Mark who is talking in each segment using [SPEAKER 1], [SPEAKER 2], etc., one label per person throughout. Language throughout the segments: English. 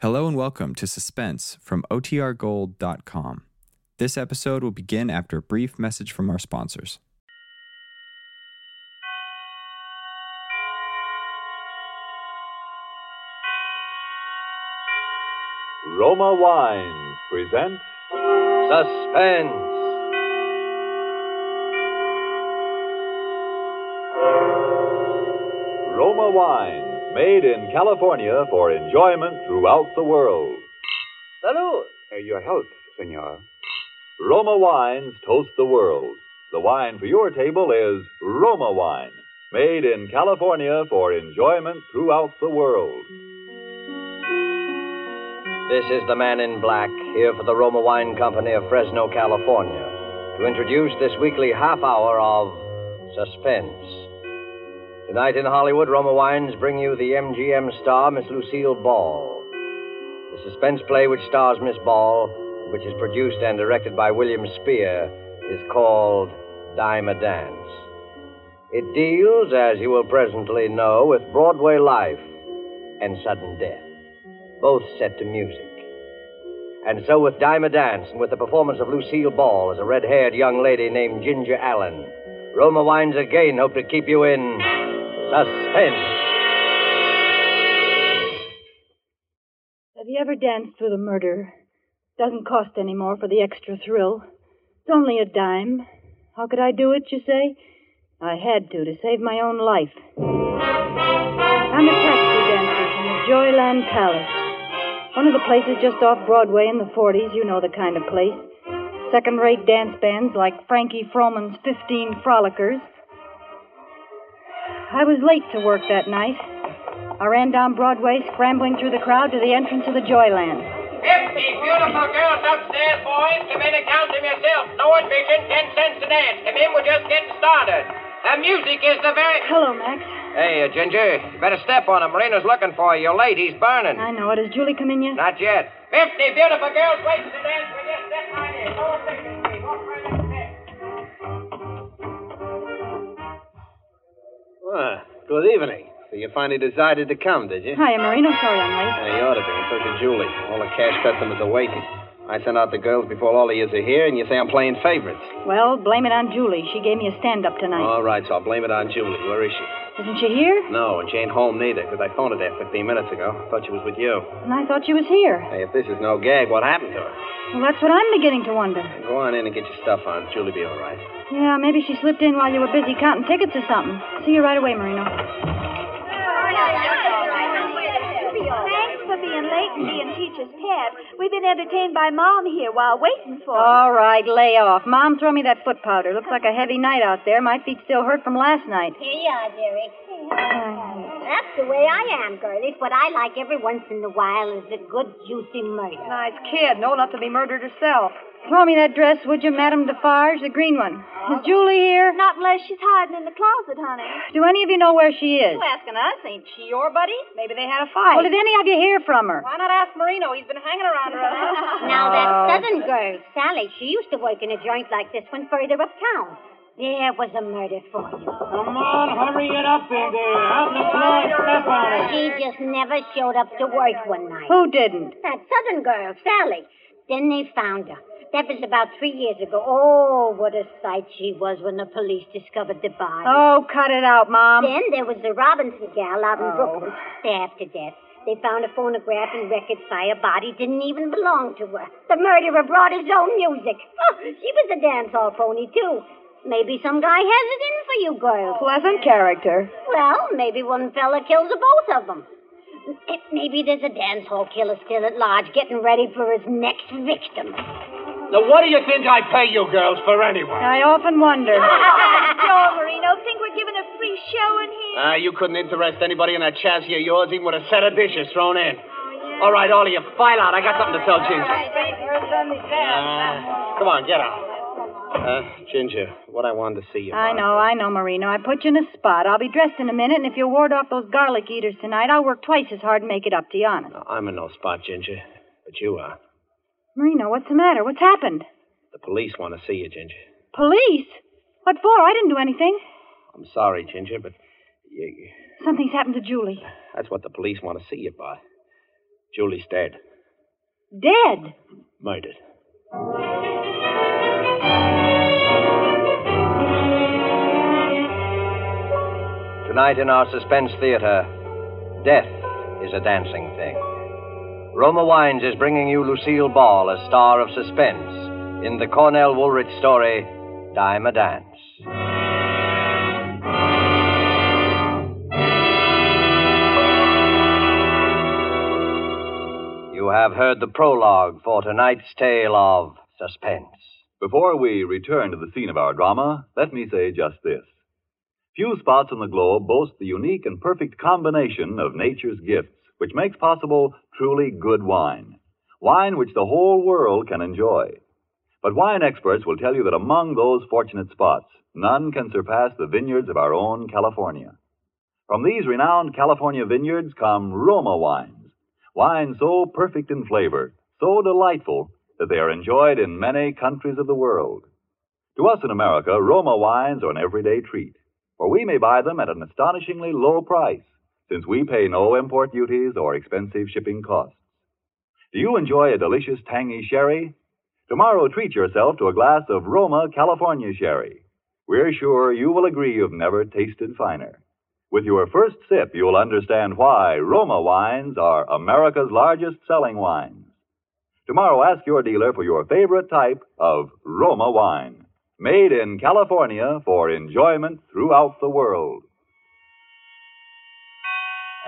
[SPEAKER 1] Hello and welcome to Suspense from OTRGold.com. This episode will begin after a brief message from our sponsors.
[SPEAKER 2] Roma Wines presents
[SPEAKER 3] Suspense.
[SPEAKER 2] Roma Wines, made in California for enjoyment throughout the world.
[SPEAKER 3] Salud.
[SPEAKER 2] your health, senor. Roma Wines toast the world. The wine for your table is Roma Wine, made in California for enjoyment throughout the world.
[SPEAKER 3] This is the man in black here for the Roma Wine Company of Fresno, California, to introduce this weekly half hour of suspense. Tonight in Hollywood, Roma Wines bring you the MGM star, Miss Lucille Ball. The suspense play which stars Miss Ball, which is produced and directed by William Spear, is called Dime a Dance. It deals, as you will presently know, with Broadway life and sudden death both set to music. And so with Dime a Dance and with the performance of Lucille Ball as a red haired young lady named Ginger Allen, Roma Wines again hope to keep you in suspense.
[SPEAKER 4] Have you ever danced through the murder? Doesn't cost any more for the extra thrill. It's only a dime. How could I do it, you say? I had to, to save my own life. I'm a taxi dancer from the Joyland Palace. One of the places just off Broadway in the 40s, you know the kind of place. Second rate dance bands like Frankie Froman's 15 Frolickers. I was late to work that night. I ran down Broadway, scrambling through the crowd to the entrance of the Joyland.
[SPEAKER 5] Fifty beautiful girls upstairs, boys. Come in and count them yourself. No admission, ten cents to dance. Come in, we're just getting started. The music is the very.
[SPEAKER 4] Hello, Max.
[SPEAKER 3] Hey, uh, Ginger, you better step on him. Marina's looking for you. Your lady's burning.
[SPEAKER 4] I know it. Has Julie come in yet?
[SPEAKER 3] Not yet.
[SPEAKER 5] Fifty beautiful girls waiting to dance. We're just step right in. No admission, please. Walk right up there.
[SPEAKER 6] Ah, good evening. So you finally decided to come, did you?
[SPEAKER 4] Hi, I'm Marino. Sorry I'm late.
[SPEAKER 6] Yeah, you ought to be. And so did Julie. All the cash customers are waiting. I sent out the girls before all of yous are here, and you say I'm playing favorites.
[SPEAKER 4] Well, blame it on Julie. She gave me a stand up tonight.
[SPEAKER 6] All right, so I'll blame it on Julie. Where is she?
[SPEAKER 4] Isn't she here?
[SPEAKER 6] No, and she ain't home neither, because I phoned her there 15 minutes ago. I thought she was with you.
[SPEAKER 4] And I thought she was here.
[SPEAKER 6] Hey, if this is no gag, what happened to her?
[SPEAKER 4] Well, that's what I'm beginning to wonder.
[SPEAKER 6] Go on in and get your stuff on. Julie be all right.
[SPEAKER 4] Yeah, maybe she slipped in while you were busy counting tickets or something. See you right away, Marino.
[SPEAKER 7] Thanks for being late and being teacher's pet. We've been entertained by Mom here while waiting for you.
[SPEAKER 4] All right, lay off. Mom, throw me that foot powder. Looks like a heavy night out there. My feet still hurt from last night.
[SPEAKER 8] Here you are, dearie.
[SPEAKER 4] Thanks.
[SPEAKER 8] That's the way I am, girlies. What I like every once in a while is a good, juicy murder.
[SPEAKER 4] Nice kid. No, not to be murdered herself. Throw me that dress, would you, Madame Defarge? The green one. Is Julie here?
[SPEAKER 7] Not unless she's hiding in the closet, honey.
[SPEAKER 4] Do any of you know where she is?
[SPEAKER 9] asking us? Ain't she your buddy? Maybe they had a
[SPEAKER 4] Well,
[SPEAKER 9] fight.
[SPEAKER 4] did any of you hear from her?
[SPEAKER 9] Why not ask Marino? He's been hanging around her.
[SPEAKER 8] Now, that
[SPEAKER 4] Oh.
[SPEAKER 8] southern girl, Sally, she used to work in a joint like this one further uptown. There was a murder for you.
[SPEAKER 10] Come on, hurry it up in there. Out on the floor, step on it.
[SPEAKER 8] She just never showed up to work one night.
[SPEAKER 4] Who didn't?
[SPEAKER 8] That southern girl, Sally. Then they found her. That was about three years ago. Oh, what a sight she was when the police discovered the body.
[SPEAKER 4] Oh, cut it out,
[SPEAKER 7] Um,
[SPEAKER 4] Mom.
[SPEAKER 8] Then there was the Robinson gal out in
[SPEAKER 7] Oh.
[SPEAKER 8] Brooklyn, stabbed to death. They found a phonograph and records by a body didn't even belong to her. The murderer brought his own music. Oh, she was a dance hall phony, too. Maybe some guy has it in for you girls.
[SPEAKER 4] Pleasant character.
[SPEAKER 8] Well, maybe one fella kills the both of them. M- Maybe there's a dance hall killer still at large getting ready for his next victim.
[SPEAKER 10] Now, what do you think I pay you girls for anyway?
[SPEAKER 4] I often wonder.
[SPEAKER 7] Oh, Joe Marino, think we're giving a free show in here?
[SPEAKER 6] Ah, you couldn't interest anybody in that chassis of yours, even with a set of dishes thrown in. All right, all of you, file out. I got something to tell Ginger. Ah, come on, get out. Uh, Ginger, what I wanted to see you.
[SPEAKER 4] I
[SPEAKER 6] about.
[SPEAKER 4] know, I know, Marino. I put you in a spot. I'll be dressed in a minute, and if you ward off those garlic eaters tonight, I'll work twice as hard and make it up to you, honest.
[SPEAKER 6] I'm in no spot, Ginger, but you are.
[SPEAKER 4] Marino, what's the matter? What's happened?
[SPEAKER 6] The police want to see you, Ginger.
[SPEAKER 4] Police? What for? I didn't do anything.
[SPEAKER 6] I'm sorry, Ginger, but you,
[SPEAKER 4] Something's happened to Julie.
[SPEAKER 6] that's what the police want to see you by. Julie's dead.
[SPEAKER 4] Dead?
[SPEAKER 6] Murdered.
[SPEAKER 3] Tonight in our suspense theater, death is a dancing thing. Roma Wines is bringing you Lucille Ball, a star of suspense, in the Cornell Woolrich story, Dime a Dance. You have heard the prologue for tonight's tale of suspense.
[SPEAKER 2] Before we return to the scene of our drama, let me say just this. Few spots on the globe boast the unique and perfect combination of nature's gifts, which makes possible truly good wine. Wine which the whole world can enjoy. But wine experts will tell you that among those fortunate spots, none can surpass the vineyards of our own California. From these renowned California vineyards come Roma wines, wines so perfect in flavor, so delightful, that they are enjoyed in many countries of the world. To us in America, Roma wines are an everyday treat, for we may buy them at an astonishingly low price, since we pay no import duties or expensive shipping costs. Do you enjoy a delicious tangy sherry? Tomorrow, treat yourself to a glass of Roma California sherry. We're sure you will agree you've never tasted finer. With your first sip, you'll understand why Roma wines are America's largest selling wines. Tomorrow, ask your dealer for your favorite type of Roma wine, made in California for enjoyment throughout the world.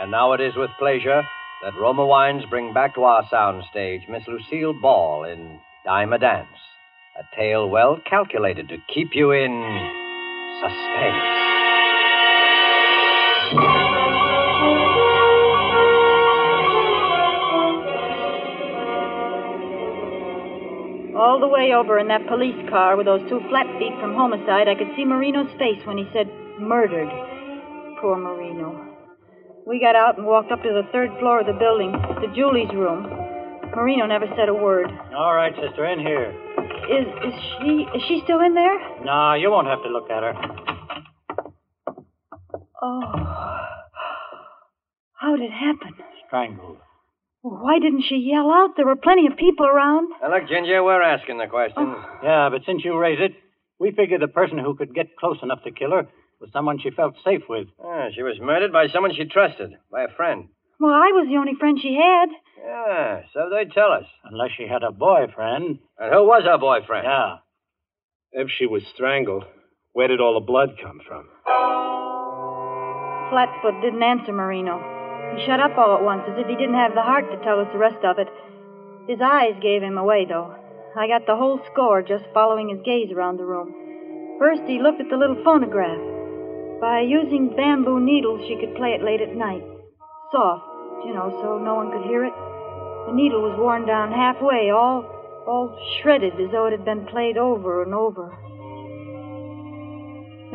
[SPEAKER 3] And now it is with pleasure that Roma Wines bring back to our soundstage Miss Lucille Ball in Dime a Dance, a tale well calculated to keep you in suspense.
[SPEAKER 4] All the way over in that police car with those two flat feet from homicide, I could see Marino's face when he said, murdered. Poor Marino. We got out and walked up to the third floor of the building, to Julie's room. Marino never said a word.
[SPEAKER 11] All right, sister, in here.
[SPEAKER 4] Is, is she is she still in there?
[SPEAKER 11] No, you won't have to look at her.
[SPEAKER 4] Oh. How'd it happen?
[SPEAKER 11] Strangled.
[SPEAKER 4] Why didn't she yell out? There were plenty of people around.
[SPEAKER 3] Now, look, Ginger, we're asking the question.
[SPEAKER 11] Oh. Yeah, but since you raise it, we figure the person who could get close enough to kill her was someone she felt safe with.
[SPEAKER 3] Ah, she was murdered by someone she trusted, by a friend.
[SPEAKER 4] Well, I was the only friend she had.
[SPEAKER 3] Yeah, so they tell us.
[SPEAKER 11] Unless she had a boyfriend.
[SPEAKER 3] And who was her boyfriend?
[SPEAKER 11] Yeah.
[SPEAKER 12] If she was strangled, where did all the blood come from?
[SPEAKER 4] Flatfoot didn't answer Marino. He shut up all at once, as if he didn't have the heart to tell us the rest of it. His eyes gave him away, though. I got the whole score just following his gaze around the room. First, he looked at the little phonograph. By using bamboo needles, she could play it late at night. Soft, you know, so no one could hear it. The needle was worn down halfway, all, all shredded as though it had been played over and over.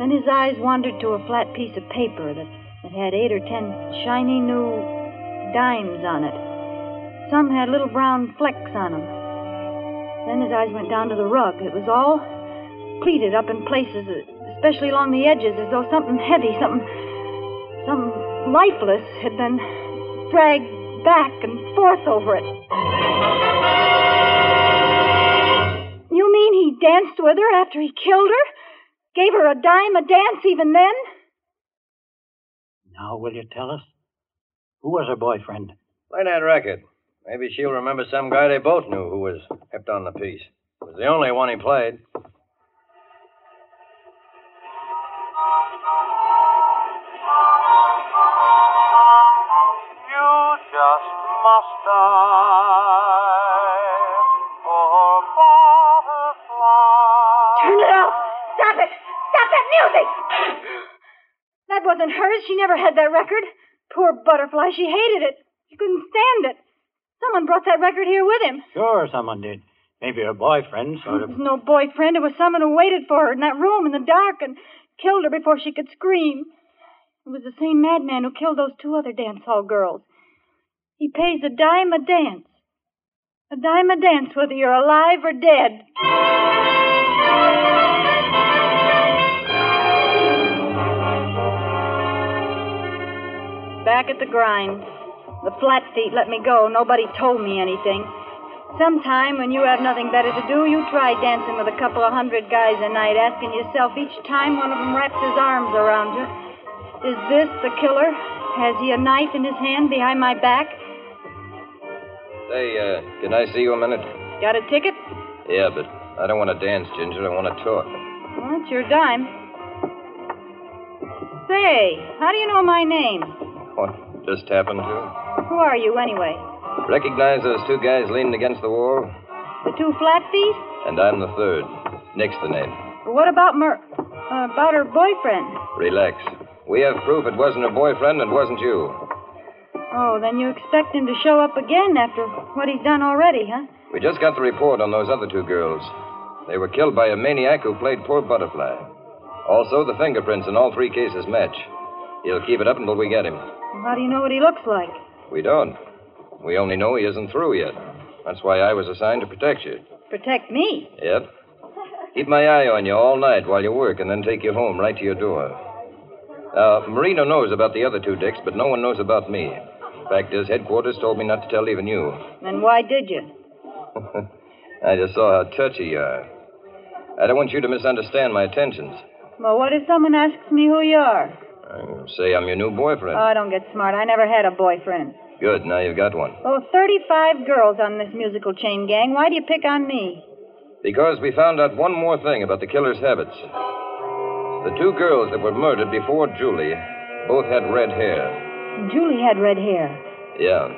[SPEAKER 4] Then his eyes wandered to a flat piece of paper that, that had eight or ten shiny new dimes on it. Some had little brown flecks on them. Then his eyes went down to the rug. It was all pleated up in places, especially along the edges, as though something heavy, something, something lifeless had been dragged back and forth over it. You mean he danced with her after he killed her? Gave her a dime a dance even then?
[SPEAKER 11] Now, will you tell us? Who was her boyfriend?
[SPEAKER 3] Play that record. Maybe she'll remember some guy they both knew who was kept on the piece. It was the only one he played.
[SPEAKER 13] You just must die for butterflies.
[SPEAKER 7] Turn it off! Stop it! Stop that music!
[SPEAKER 4] That wasn't hers. She never had that record. Poor butterfly. She hated it. She couldn't stand it. Someone brought that record here with him.
[SPEAKER 11] Sure, someone did. Maybe her boyfriend, sort of.
[SPEAKER 4] It was no boyfriend. It was someone who waited for her in that room in the dark and killed her before she could scream. It was the same madman who killed those two other dance hall girls. He pays a dime a dance. A dime a dance whether you're alive or dead. Back at the grind, The flat feet let me go. Nobody told me anything. Sometime when you have nothing better to do, you try dancing with a couple of hundred guys a night, asking yourself each time one of them wraps his arms around you, is this the killer? Has he a knife in his hand behind my back?
[SPEAKER 3] Say, uh, can I see you a minute?
[SPEAKER 4] Got a ticket?
[SPEAKER 3] Yeah, but I don't want to dance, Ginger. I want to talk.
[SPEAKER 4] Well, it's your dime. Say, how do you know my name?
[SPEAKER 3] What just happened to?
[SPEAKER 4] Who are you, anyway?
[SPEAKER 3] Recognize those two guys leaning against the wall?
[SPEAKER 4] The two flat feet?
[SPEAKER 3] And I'm the third. Nick's the name.
[SPEAKER 4] What about Mer. Uh, about her boyfriend?
[SPEAKER 3] Relax. We have proof it wasn't her boyfriend and wasn't you.
[SPEAKER 4] Oh, then you expect him to show up again after what he's done already, huh?
[SPEAKER 3] We just got the report on those other two girls. They were killed by a maniac who played poor butterfly. Also, the fingerprints in all three cases match. He'll keep it up until we get him.
[SPEAKER 4] How do you know what he looks like?
[SPEAKER 3] We don't. We only know he isn't through yet. That's why I was assigned to protect you.
[SPEAKER 4] Protect me.
[SPEAKER 3] Yep. Keep my eye on you all night while you work and then take you home right to your door. Uh, Marino knows about the other two dicks, but no one knows about me. Fact is, headquarters told me not to tell even you.
[SPEAKER 4] Then why did you?
[SPEAKER 3] I just saw how touchy you are. I don't want you to misunderstand my intentions.
[SPEAKER 4] Well, what if someone asks me who you are?
[SPEAKER 3] Uh, Say I'm your new boyfriend.
[SPEAKER 4] Oh, I don't get smart. I never had a boyfriend.
[SPEAKER 3] Good, now you've got one.
[SPEAKER 4] Oh, 35 girls on this musical chain gang. Why do you pick on me?
[SPEAKER 3] Because we found out one more thing about the killer's habits. The two girls that were murdered before Julie both had red hair.
[SPEAKER 4] Julie had red hair.
[SPEAKER 3] Yeah.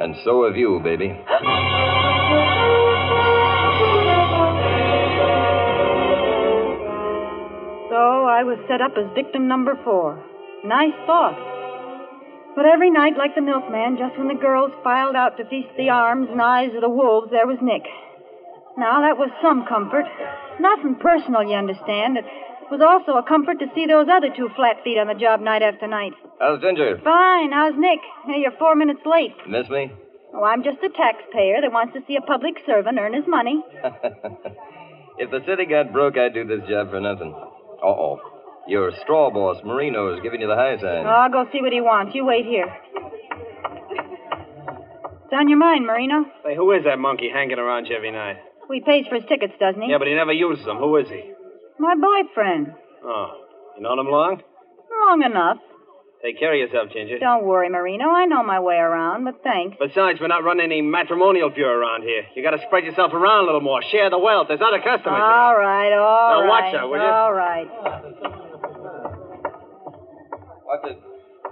[SPEAKER 3] And so have you, baby.
[SPEAKER 4] So I was set up as victim number four. Nice thought. But every night, like the milkman, just when the girls filed out to feast the arms and eyes of the wolves, there was Nick. Now, that was some comfort. Nothing personal, you understand. It was also a comfort to see those other two flat feet on the job night after night.
[SPEAKER 3] How's Ginger?
[SPEAKER 4] Fine, how's Nick? Hey, you're four minutes late.
[SPEAKER 3] Miss me?
[SPEAKER 4] Oh, I'm just a taxpayer that wants to see a public servant earn his money.
[SPEAKER 3] if the city got broke, I'd do this job for nothing. Uh oh. Your straw boss, Marino, is giving you the high sign.
[SPEAKER 4] Oh, I'll go see what he wants. You wait here. It's on your mind, Marino.
[SPEAKER 12] Say, who is that monkey hanging around you every night?
[SPEAKER 4] He pays for his tickets, doesn't he?
[SPEAKER 12] Yeah, but he never uses them. Who is he?
[SPEAKER 4] My boyfriend.
[SPEAKER 12] Oh, you known him long?
[SPEAKER 4] Long enough.
[SPEAKER 12] Take care of yourself, Ginger.
[SPEAKER 4] Don't worry, Marino. I know my way around, but thanks.
[SPEAKER 12] Besides, we're not running any matrimonial bureau around here. You got to spread yourself around a little more. Share the wealth. There's other customers.
[SPEAKER 10] Ah,
[SPEAKER 4] All right, all
[SPEAKER 12] Now,
[SPEAKER 4] right.
[SPEAKER 12] watch her, will you?
[SPEAKER 4] All right.
[SPEAKER 3] What did,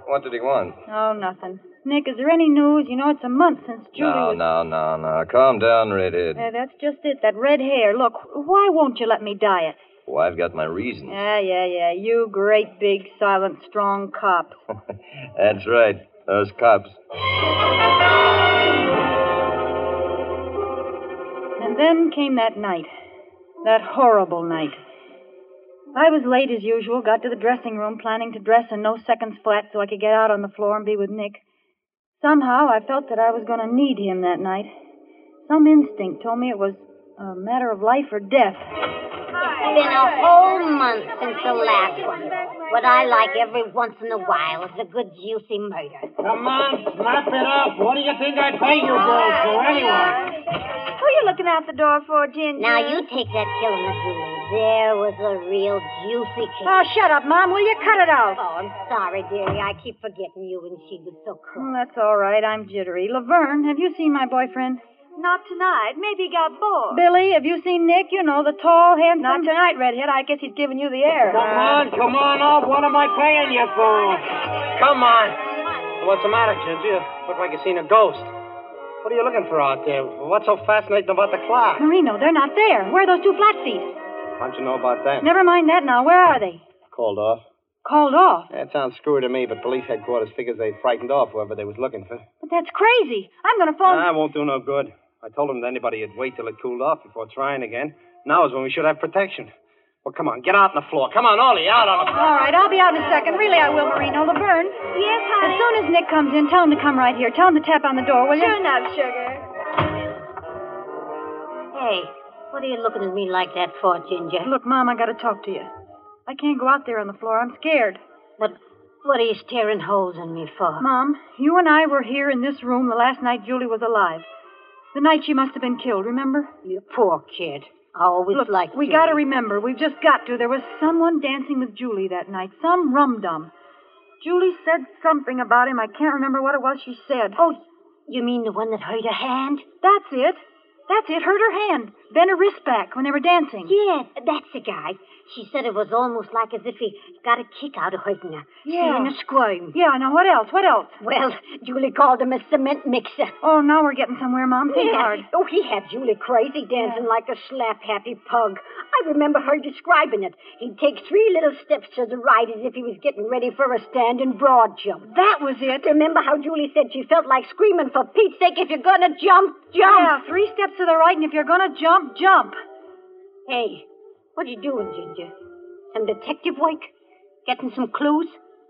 [SPEAKER 3] what did he want?
[SPEAKER 4] Oh, nothing. Nick, is there any news? You know, it's a month since Julie
[SPEAKER 3] No,
[SPEAKER 4] was.
[SPEAKER 3] no, no, no. Calm down, Redhead.
[SPEAKER 4] Yeah, that's just it. That red hair. Look, why won't you let me dye it?
[SPEAKER 3] Oh, I've got my reason.
[SPEAKER 4] Yeah, yeah, yeah. You great, big, silent, strong cop.
[SPEAKER 3] That's right. Those cops.
[SPEAKER 4] And then came that night. That horrible night. I was late as usual, got to the dressing room planning to dress in no seconds flat so I could get out on the floor and be with Nick. Somehow I felt that I was going to need him that night. Some instinct told me it was a matter of life or death.
[SPEAKER 8] It's been a whole month since the last one. What I like every once in a while is a good juicy murder.
[SPEAKER 10] Come on, snap it up. What do you think I pay you girls for anyway?
[SPEAKER 8] Who you looking out the door for, Ginger? Now you take that killing of Julie. There was a real juicy case.
[SPEAKER 4] Oh, shut up, Mom. Will you cut it out?
[SPEAKER 8] Oh, I'm sorry, dearie. I keep forgetting you and she was so
[SPEAKER 4] Well,
[SPEAKER 8] cool.
[SPEAKER 4] that's all right. I'm jittery. Laverne, have you seen my boyfriend?
[SPEAKER 7] Not tonight. Maybe he got bored.
[SPEAKER 4] Billy, have you seen Nick? You know, the tall, handsome. Uh, Not tonight, Redhead. I guess he's giving you the air.
[SPEAKER 10] Come on, come on up. What am I paying you for?
[SPEAKER 6] Come on. What's the matter, Ginger? You look like you seen a ghost. What are you looking for out there? What's so fascinating about the clock?
[SPEAKER 4] Marino, they're not there. Where are those two flat feet?
[SPEAKER 6] How'd you know about that?
[SPEAKER 4] Never mind that now. Where are they?
[SPEAKER 6] Called off.
[SPEAKER 4] Called off.
[SPEAKER 6] That sounds screwy to me, but police headquarters figures they frightened off whoever they was looking for.
[SPEAKER 4] But that's crazy. I'm going to phone.
[SPEAKER 6] Ah, won't do no good. I told them that anybody would wait till it cooled off before trying again. Now is when we should have protection. Well, come on, get out on the floor. Come on, Ollie, out on the floor.
[SPEAKER 4] All right, I'll be out in a second. Really, I will, Marino. Laverne. Yes, honey. As soon as Nick comes in, tell him to come right here. Tell him to tap on the door, will you?
[SPEAKER 7] Sure enough, sugar.
[SPEAKER 8] Hey, what are you looking at me like that for, Ginger?
[SPEAKER 4] Look, Mom, I got to talk to you. I can't go out there on the floor. I'm scared.
[SPEAKER 8] But What are you staring holes in me for?
[SPEAKER 4] Mom, you and I were here in this room the last night Julie was alive. The night she must have been killed, remember?
[SPEAKER 8] You poor kid. I always
[SPEAKER 4] Look,
[SPEAKER 8] liked
[SPEAKER 4] we
[SPEAKER 8] you.
[SPEAKER 4] gotta remember, we've just got to. There was someone dancing with Julie that night, some rum dum. Julie said something about him. I can't remember what it was she said.
[SPEAKER 8] Oh, you mean the one that hurt her hand?
[SPEAKER 4] That's it. That's it. Hurt her hand. Bent her wrist back when they were dancing.
[SPEAKER 8] Yeah, that's the guy. She said it was almost like as if he got a kick out of hurting her.
[SPEAKER 4] Yeah.
[SPEAKER 8] Seeing her squirm.
[SPEAKER 4] Yeah, now what else? What else?
[SPEAKER 8] Well, Julie called him a cement mixer.
[SPEAKER 4] Oh, now we're getting somewhere, Mom. Think
[SPEAKER 8] Yeah.
[SPEAKER 4] hard.
[SPEAKER 8] Oh, he had Julie crazy dancing like a slap happy pug. I remember her describing it. He'd take three little steps to the right as if he was getting ready for a stand and broad jump.
[SPEAKER 4] That was it.
[SPEAKER 8] Remember how Julie said she felt like screaming for Pete's sake if you're gonna jump, jump.
[SPEAKER 4] Yeah, three steps to the right, and if you're gonna jump, jump.
[SPEAKER 8] Hey, what are you doing, Ginger? Some detective work? Getting some clues?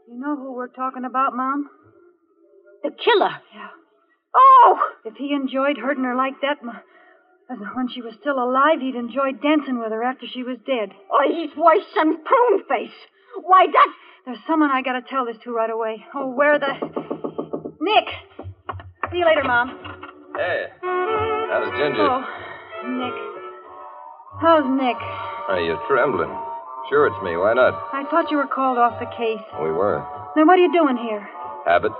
[SPEAKER 4] You know who we're talking about, Mom?
[SPEAKER 8] The killer.
[SPEAKER 4] Oh! If he enjoyed hurting her like that, Ma- as when she was still alive, he'd enjoyed dancing with her after she was dead.
[SPEAKER 8] Oh, he's worse than prune face. Why, that's.
[SPEAKER 4] There's someone I gotta tell this to right away. Oh, where the. Nick! See you later, Mom.
[SPEAKER 3] Hey, how's Ginger?
[SPEAKER 4] Oh, Nick. How's Nick?
[SPEAKER 3] Hey, you're trembling. Sure, it's me. Why not?
[SPEAKER 4] I thought you were called off the case.
[SPEAKER 3] We were.
[SPEAKER 4] Then what are you doing here?
[SPEAKER 3] Habit.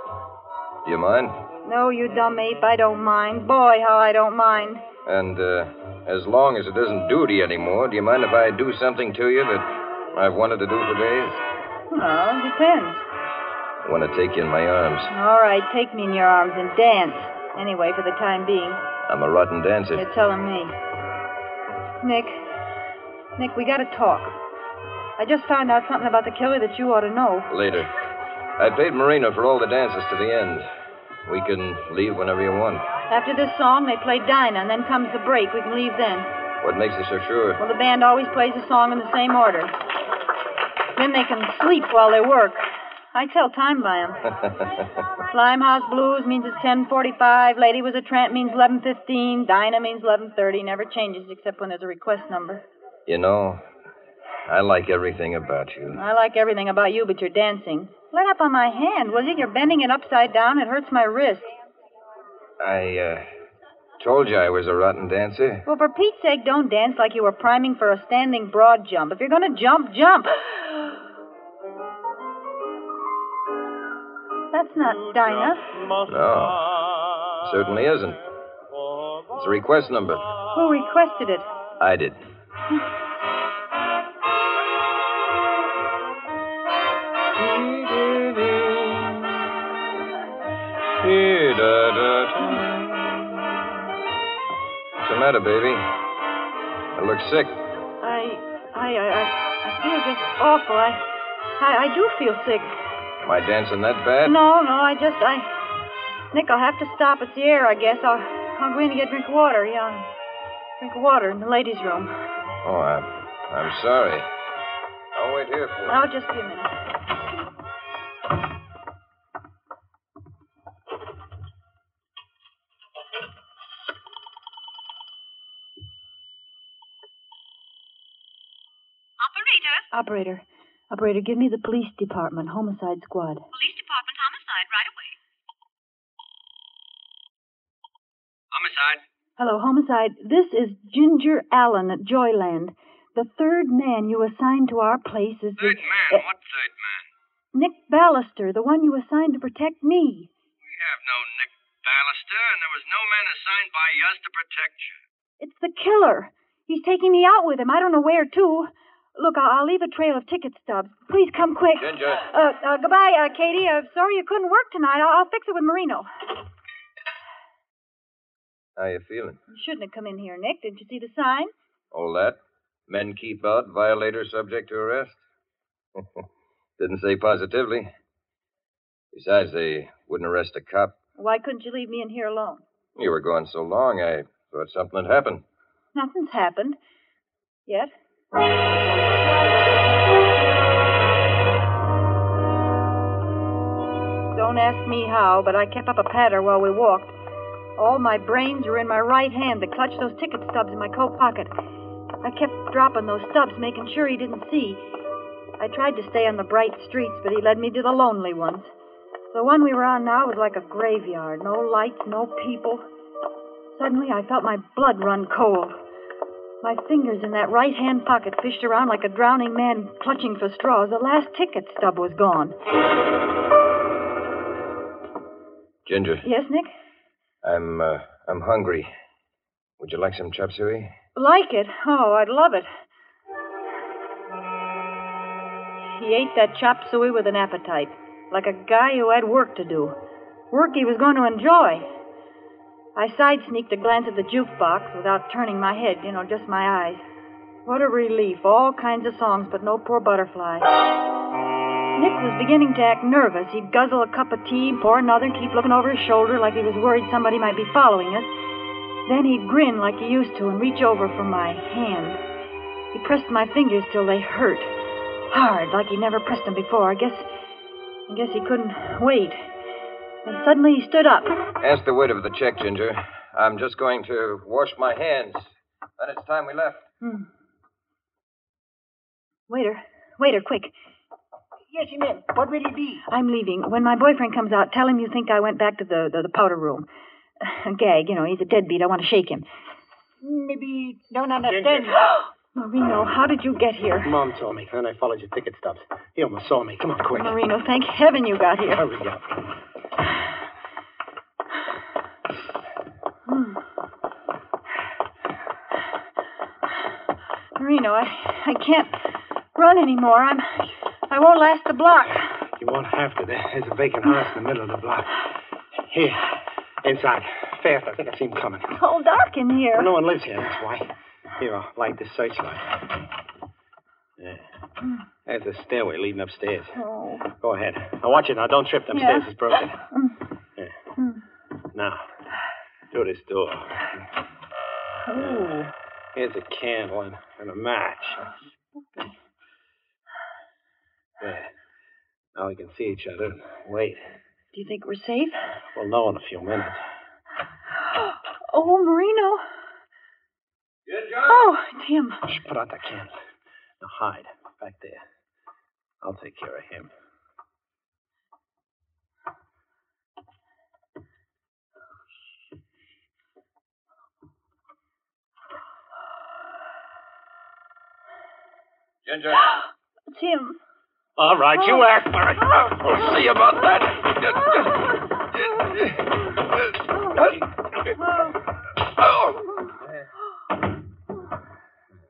[SPEAKER 3] Do you mind?
[SPEAKER 4] No, you dumb ape, I don't mind. Boy, how I don't mind.
[SPEAKER 3] And uh, as long as it isn't duty anymore, do you mind if I do something to you that I've wanted to do for days?
[SPEAKER 4] Well, depends.
[SPEAKER 3] I want to take you in my arms.
[SPEAKER 4] All right, take me in your arms and dance. Anyway, for the time being,
[SPEAKER 3] I'm a rotten dancer.
[SPEAKER 4] you're telling me. Nick, Nick, we gotta talk. I just found out something about the killer that you ought to know.
[SPEAKER 3] Later. I paid Marina for all the dances to the end. We can leave whenever you want.
[SPEAKER 4] After this song, they play Dinah, and then comes the break. We can leave then.
[SPEAKER 3] What makes you so sure?
[SPEAKER 4] Well, the band always plays the song in the same order. Then they can sleep while they work. I tell time by 'em. Limehouse Blues means it's 10:45. Lady was a tramp means 11:15. Dinah means 11:30. Never changes except when there's a request number.
[SPEAKER 3] you know, I like everything about you.
[SPEAKER 4] I like everything about you, but your dancing. Let up on my hand, will you? You're bending it upside down. It hurts my wrist.
[SPEAKER 3] I uh, told you I was a rotten dancer.
[SPEAKER 4] Well, for Pete's sake, don't dance like you were priming for a standing broad jump. If you're going to jump, jump. That's not Dinah.
[SPEAKER 3] No, certainly isn't. It's a request number.
[SPEAKER 4] Who requested it?
[SPEAKER 3] I did. What's the matter, baby? I look sick.
[SPEAKER 4] I, I, I, I, I feel just awful. I, I, I do feel sick.
[SPEAKER 3] Am I dancing that bad?
[SPEAKER 4] No, no, I just, I, Nick, I'll have to stop. It's the air, I guess. I'll, I'll go in and get drink water. Yeah, drink water in the ladies' room.
[SPEAKER 3] Oh, I'm, I'm sorry. I'll wait here for you.
[SPEAKER 4] I'll just be a minute.
[SPEAKER 14] Operator,
[SPEAKER 4] Operator, operator, give me the police department, homicide squad.
[SPEAKER 14] police department homicide right away.
[SPEAKER 15] Homicide.
[SPEAKER 4] Hello, homicide. This is Ginger Allen at Joyland. The third man you assigned to our place is the
[SPEAKER 15] Third man?
[SPEAKER 4] uh,
[SPEAKER 15] what third man?
[SPEAKER 4] Nick Ballister, the one you assigned to protect me.
[SPEAKER 15] We have no Nick Ballister, and there was no man assigned by us to protect you.
[SPEAKER 4] It's the killer. He's taking me out with him. I don't know where to. Look, I'll, I'll leave a trail of ticket stubs. Please come quick.
[SPEAKER 15] Ginger.
[SPEAKER 4] Uh, uh, goodbye, uh, Katie. Uh, sorry you couldn't work tonight. I'll, I'll fix it with Marino.
[SPEAKER 3] How you feeling?
[SPEAKER 4] You shouldn't have come in here, Nick. Didn't you see the sign?
[SPEAKER 3] All that? Men keep out, violator subject to arrest? Didn't say positively. Besides, they wouldn't arrest a cop.
[SPEAKER 4] Why couldn't you leave me in here alone?
[SPEAKER 3] You were gone so long, I thought something had happened.
[SPEAKER 4] Nothing's happened. Yet. Don't ask me how, but I kept up a patter while we walked. All my brains were in my right hand to clutch those ticket stubs in my coat pocket. I kept dropping those stubs, making sure he didn't see. I tried to stay on the bright streets, but he led me to the lonely ones. The one we were on now was like a graveyard no lights, no people. Suddenly, I felt my blood run cold. My fingers in that right hand pocket fished around like a drowning man clutching for straws. The last ticket stub was gone.
[SPEAKER 12] Ginger,
[SPEAKER 4] Yes, Nick?
[SPEAKER 12] I'm uh, I'm hungry. Would you like some chop suey?
[SPEAKER 4] Like it? Oh, I'd love it. He ate that chop suey with an appetite, like a guy who had work to do. Work he was going to enjoy. I side sneaked a glance at the jukebox without turning my head, you know, just my eyes. What a relief. All kinds of songs, but no poor butterfly. Nick was beginning to act nervous. He'd guzzle a cup of tea, pour another, keep looking over his shoulder like he was worried somebody might be following us. Then he'd grin like he used to and reach over for my hand. He pressed my fingers till they hurt, hard, like he never pressed them before. I guess, I guess he couldn't wait. And suddenly he stood up.
[SPEAKER 12] Ask the waiter for the check, Ginger. I'm just going to wash my hands. Then it's time we left.
[SPEAKER 4] Hmm. Waiter, waiter, quick!
[SPEAKER 10] Yes, ma'am. What will it be?
[SPEAKER 4] I'm leaving. When my boyfriend comes out, tell him you think I went back to the the, the powder room. Gag, you know he's a deadbeat. I want to shake him.
[SPEAKER 10] Maybe don't understand.
[SPEAKER 4] Marino, how did you get here?
[SPEAKER 6] Mom told me, and I followed your ticket stubs. He almost saw me. Come on, quick.
[SPEAKER 4] Marino, thank heaven you got here.
[SPEAKER 6] Hurry up.
[SPEAKER 4] Hmm. Marino, I, I can't run anymore. I'm I won't last the block.
[SPEAKER 6] You won't have to. There- There's a vacant house in the middle of the block. Here, inside. Fast. I think I see him coming.
[SPEAKER 4] It's all dark in here.
[SPEAKER 6] Well, no one lives here, that's why. Here, I'll light this searchlight. Yeah. There's a stairway leading upstairs.
[SPEAKER 4] Oh.
[SPEAKER 6] Go ahead. Now watch it. Now don't trip. Them
[SPEAKER 4] Yeah.
[SPEAKER 6] stairs is broken. Yeah.
[SPEAKER 4] Mm.
[SPEAKER 6] Now, through this door.
[SPEAKER 4] Oh.
[SPEAKER 6] Here's a candle and, and a match. There. Now we can see each other. and Wait.
[SPEAKER 4] Do you think we're safe?
[SPEAKER 6] We'll know in a few minutes.
[SPEAKER 4] Oh, Marino. Oh, Tim.
[SPEAKER 6] Shh, put out that candle. Now hide back there. I'll take care of him.
[SPEAKER 12] Ginger.
[SPEAKER 4] Tim.
[SPEAKER 6] All right, you
[SPEAKER 4] Oh.
[SPEAKER 6] asked for it.
[SPEAKER 12] We'll see about that.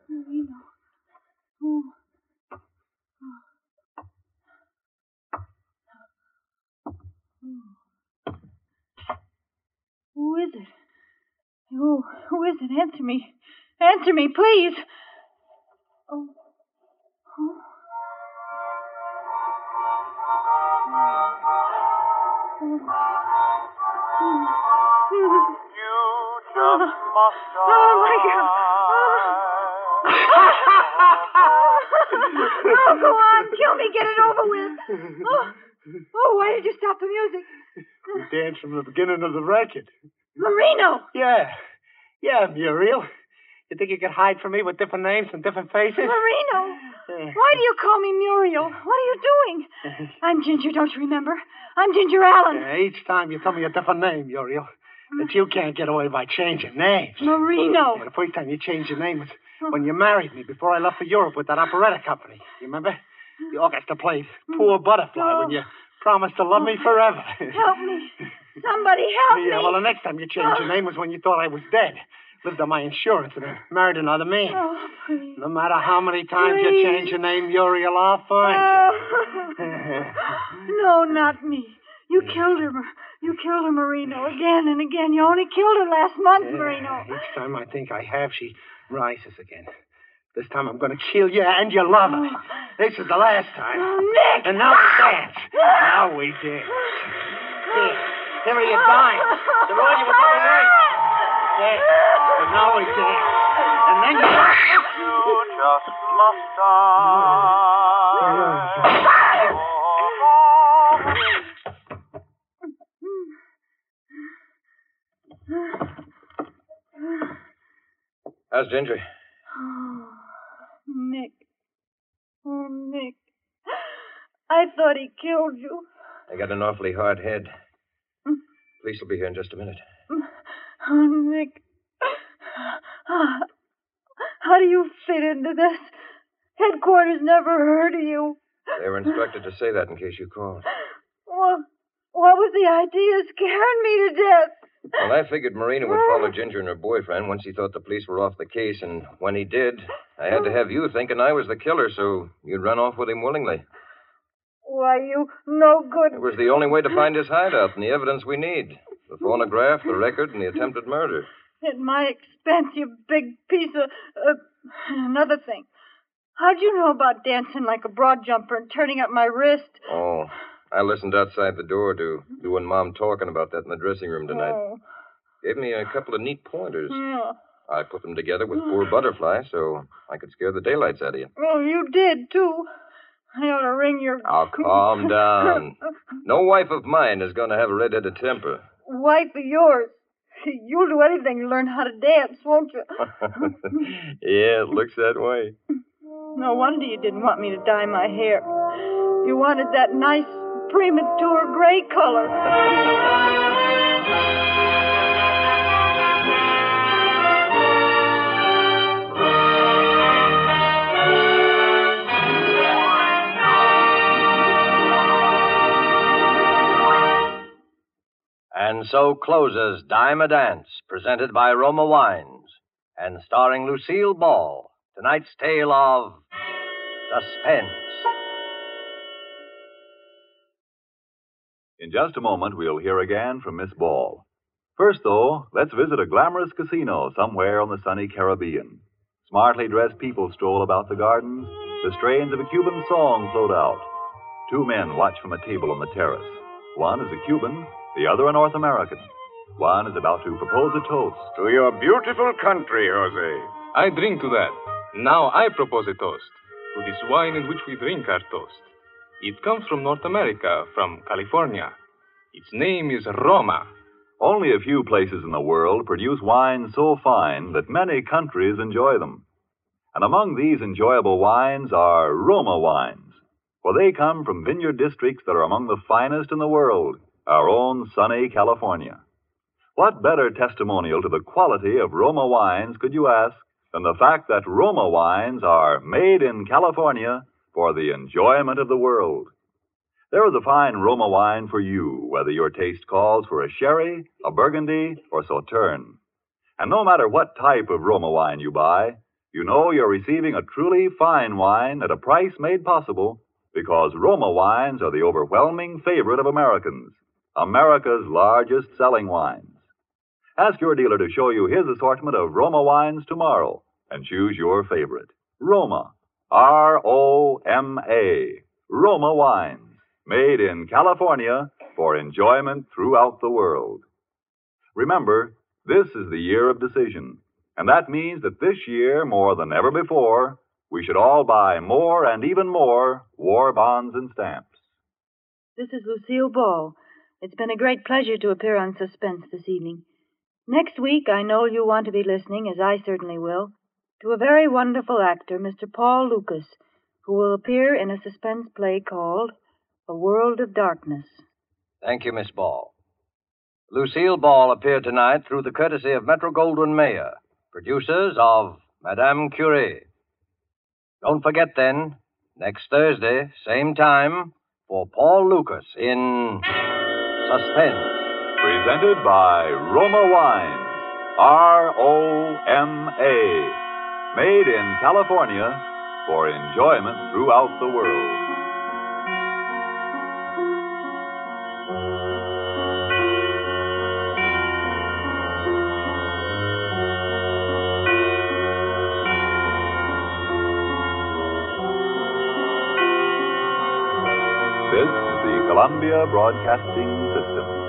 [SPEAKER 4] Marino. Oh. Oh. Who is it? Who, who is it? Answer me. Answer me, please. Oh. Oh.
[SPEAKER 13] Oh, my God.
[SPEAKER 4] oh, go on. Kill me. Get it over with. Oh, oh why did you stop the music?
[SPEAKER 10] We danced from the beginning of the record.
[SPEAKER 4] Marino!
[SPEAKER 6] Yeah. Yeah, Muriel. You think you could hide from me with different names and different faces?
[SPEAKER 4] Marino!
[SPEAKER 6] Yeah.
[SPEAKER 4] Why do you call me Muriel? What are you doing? I'm Ginger, don't you remember? I'm Ginger Allen.
[SPEAKER 6] Yeah, each time you tell me a different name, Muriel. But you can't get away by changing names.
[SPEAKER 4] Marino.
[SPEAKER 6] Yeah, the first time you changed your name was when you married me before I left for Europe with that operetta company. You remember? The orchestra played Poor Butterfly when you promised to love me forever.
[SPEAKER 4] Help me. Somebody help me.
[SPEAKER 6] yeah, well, the next time you changed your name was when you thought I was dead. Lived on my insurance and then married another man.
[SPEAKER 4] Oh, please.
[SPEAKER 6] No matter how many times
[SPEAKER 4] Please.
[SPEAKER 6] you change your name, Muriel, I'll find
[SPEAKER 4] Oh.
[SPEAKER 6] you.
[SPEAKER 4] no, not me. You killed her. Mar- You killed her, Marino, again and again. You only killed her last month, Marino.
[SPEAKER 6] Each time I think I have, she rises again. This time I'm going to kill you and your lover. This is the last time.
[SPEAKER 4] Nick!
[SPEAKER 6] And now we dance. Now we dance. Here, here are your dimes. They're all you were never right. Yes. And now we dance. And then you...
[SPEAKER 13] You just must die.
[SPEAKER 12] How's Ginger?
[SPEAKER 4] Oh, Nick. Oh, Nick. thought he killed you.
[SPEAKER 12] I got an awfully hard head. Police will be here in just a minute.
[SPEAKER 4] Oh, Nick. Ah, How do you fit into this? Headquarters never heard of you.
[SPEAKER 12] They were instructed to say that in case you called.
[SPEAKER 4] Well, what was the idea of scaring me to death?
[SPEAKER 12] Well, I figured Marina would follow Ginger and her boyfriend once he thought the police were off the case, and when he did, I had to have you thinking I was the killer so you'd run off with him willingly.
[SPEAKER 4] Why, you no
[SPEAKER 12] It
[SPEAKER 4] good.
[SPEAKER 12] was the only way to find his hideout and the evidence we need the phonograph, the record, and the attempted murder.
[SPEAKER 4] At my expense, you big piece of. Uh, another thing. How'd you know about dancing like a broad jumper and turning up my wrist?
[SPEAKER 12] Oh, I listened outside the door to you and Mom talking about that in the dressing room tonight.
[SPEAKER 4] Oh,
[SPEAKER 12] Gave me a couple of neat pointers.
[SPEAKER 4] yeah.
[SPEAKER 12] I put them together with poor butterfly so I could scare the daylights out of you.
[SPEAKER 4] Well, Oh, you did, too. I ought to ring your
[SPEAKER 12] Now, calm down. No wife of mine is going to have a red-headed temper.
[SPEAKER 4] wife of yours. You'll do anything to learn how to dance, won't you?
[SPEAKER 12] yeah, it looks that way.
[SPEAKER 4] No wonder you didn't want me to dye my hair. You wanted that nice, premature gray color.
[SPEAKER 3] And so closes Dime a Dance, presented by Roma Wines and starring Lucille Ball. Tonight's tale of suspense.
[SPEAKER 2] In just a moment, we'll hear again from Miss Ball. First, though, let's visit a glamorous casino somewhere on the sunny Caribbean. Smartly dressed people stroll about the gardens. The strains of a Cuban song float out. Two men watch from a table on the terrace. One is a Cuban, the other a North American. One is about to propose a toast.
[SPEAKER 16] To your beautiful country, Jose. I drink to that. Now I propose a toast to this wine in which we drink our toast. It comes from North America, from California. Its name is Roma.
[SPEAKER 2] Only a few places in the world produce wines so fine that many countries enjoy them. And among these enjoyable wines are Roma wines, for they come from vineyard districts that are among the finest in the world, our own sunny California. What better testimonial to the quality of Roma wines could you ask than the fact that Roma wines are made in California for the enjoyment of the world? There is a fine Roma wine for you, whether your taste calls for a sherry, a burgundy, or sauterne. And no matter what type of Roma wine you buy, you know you're receiving a truly fine wine at a price made possible because Roma wines are the overwhelming favorite of Americans, America's largest selling wines. Ask your dealer to show you his assortment of Roma wines tomorrow and choose your favorite. Roma. R O M A. Roma wines made in California for enjoyment throughout the world. Remember, this is the year of decision, and that means that this year, more than ever before, we should all buy more and even more war bonds and stamps.
[SPEAKER 4] This is Lucille Ball. It's been a great pleasure to appear on Suspense this evening. Next week, I know you'll want to be listening, as I certainly will, to a very wonderful actor, Mr. Paul Lucas, who will appear in a suspense play called A World of Darkness.
[SPEAKER 3] Thank you, Miss Ball. Lucille Ball appeared tonight through the courtesy of Metro Goldwyn Mayer, producers of Madame Curie. Don't forget then, next Thursday, same time, for Paul Lucas in Suspense.
[SPEAKER 2] Presented by Roma Wines, R O M A, made in California for enjoyment throughout the world. This is the Columbia Broadcasting System.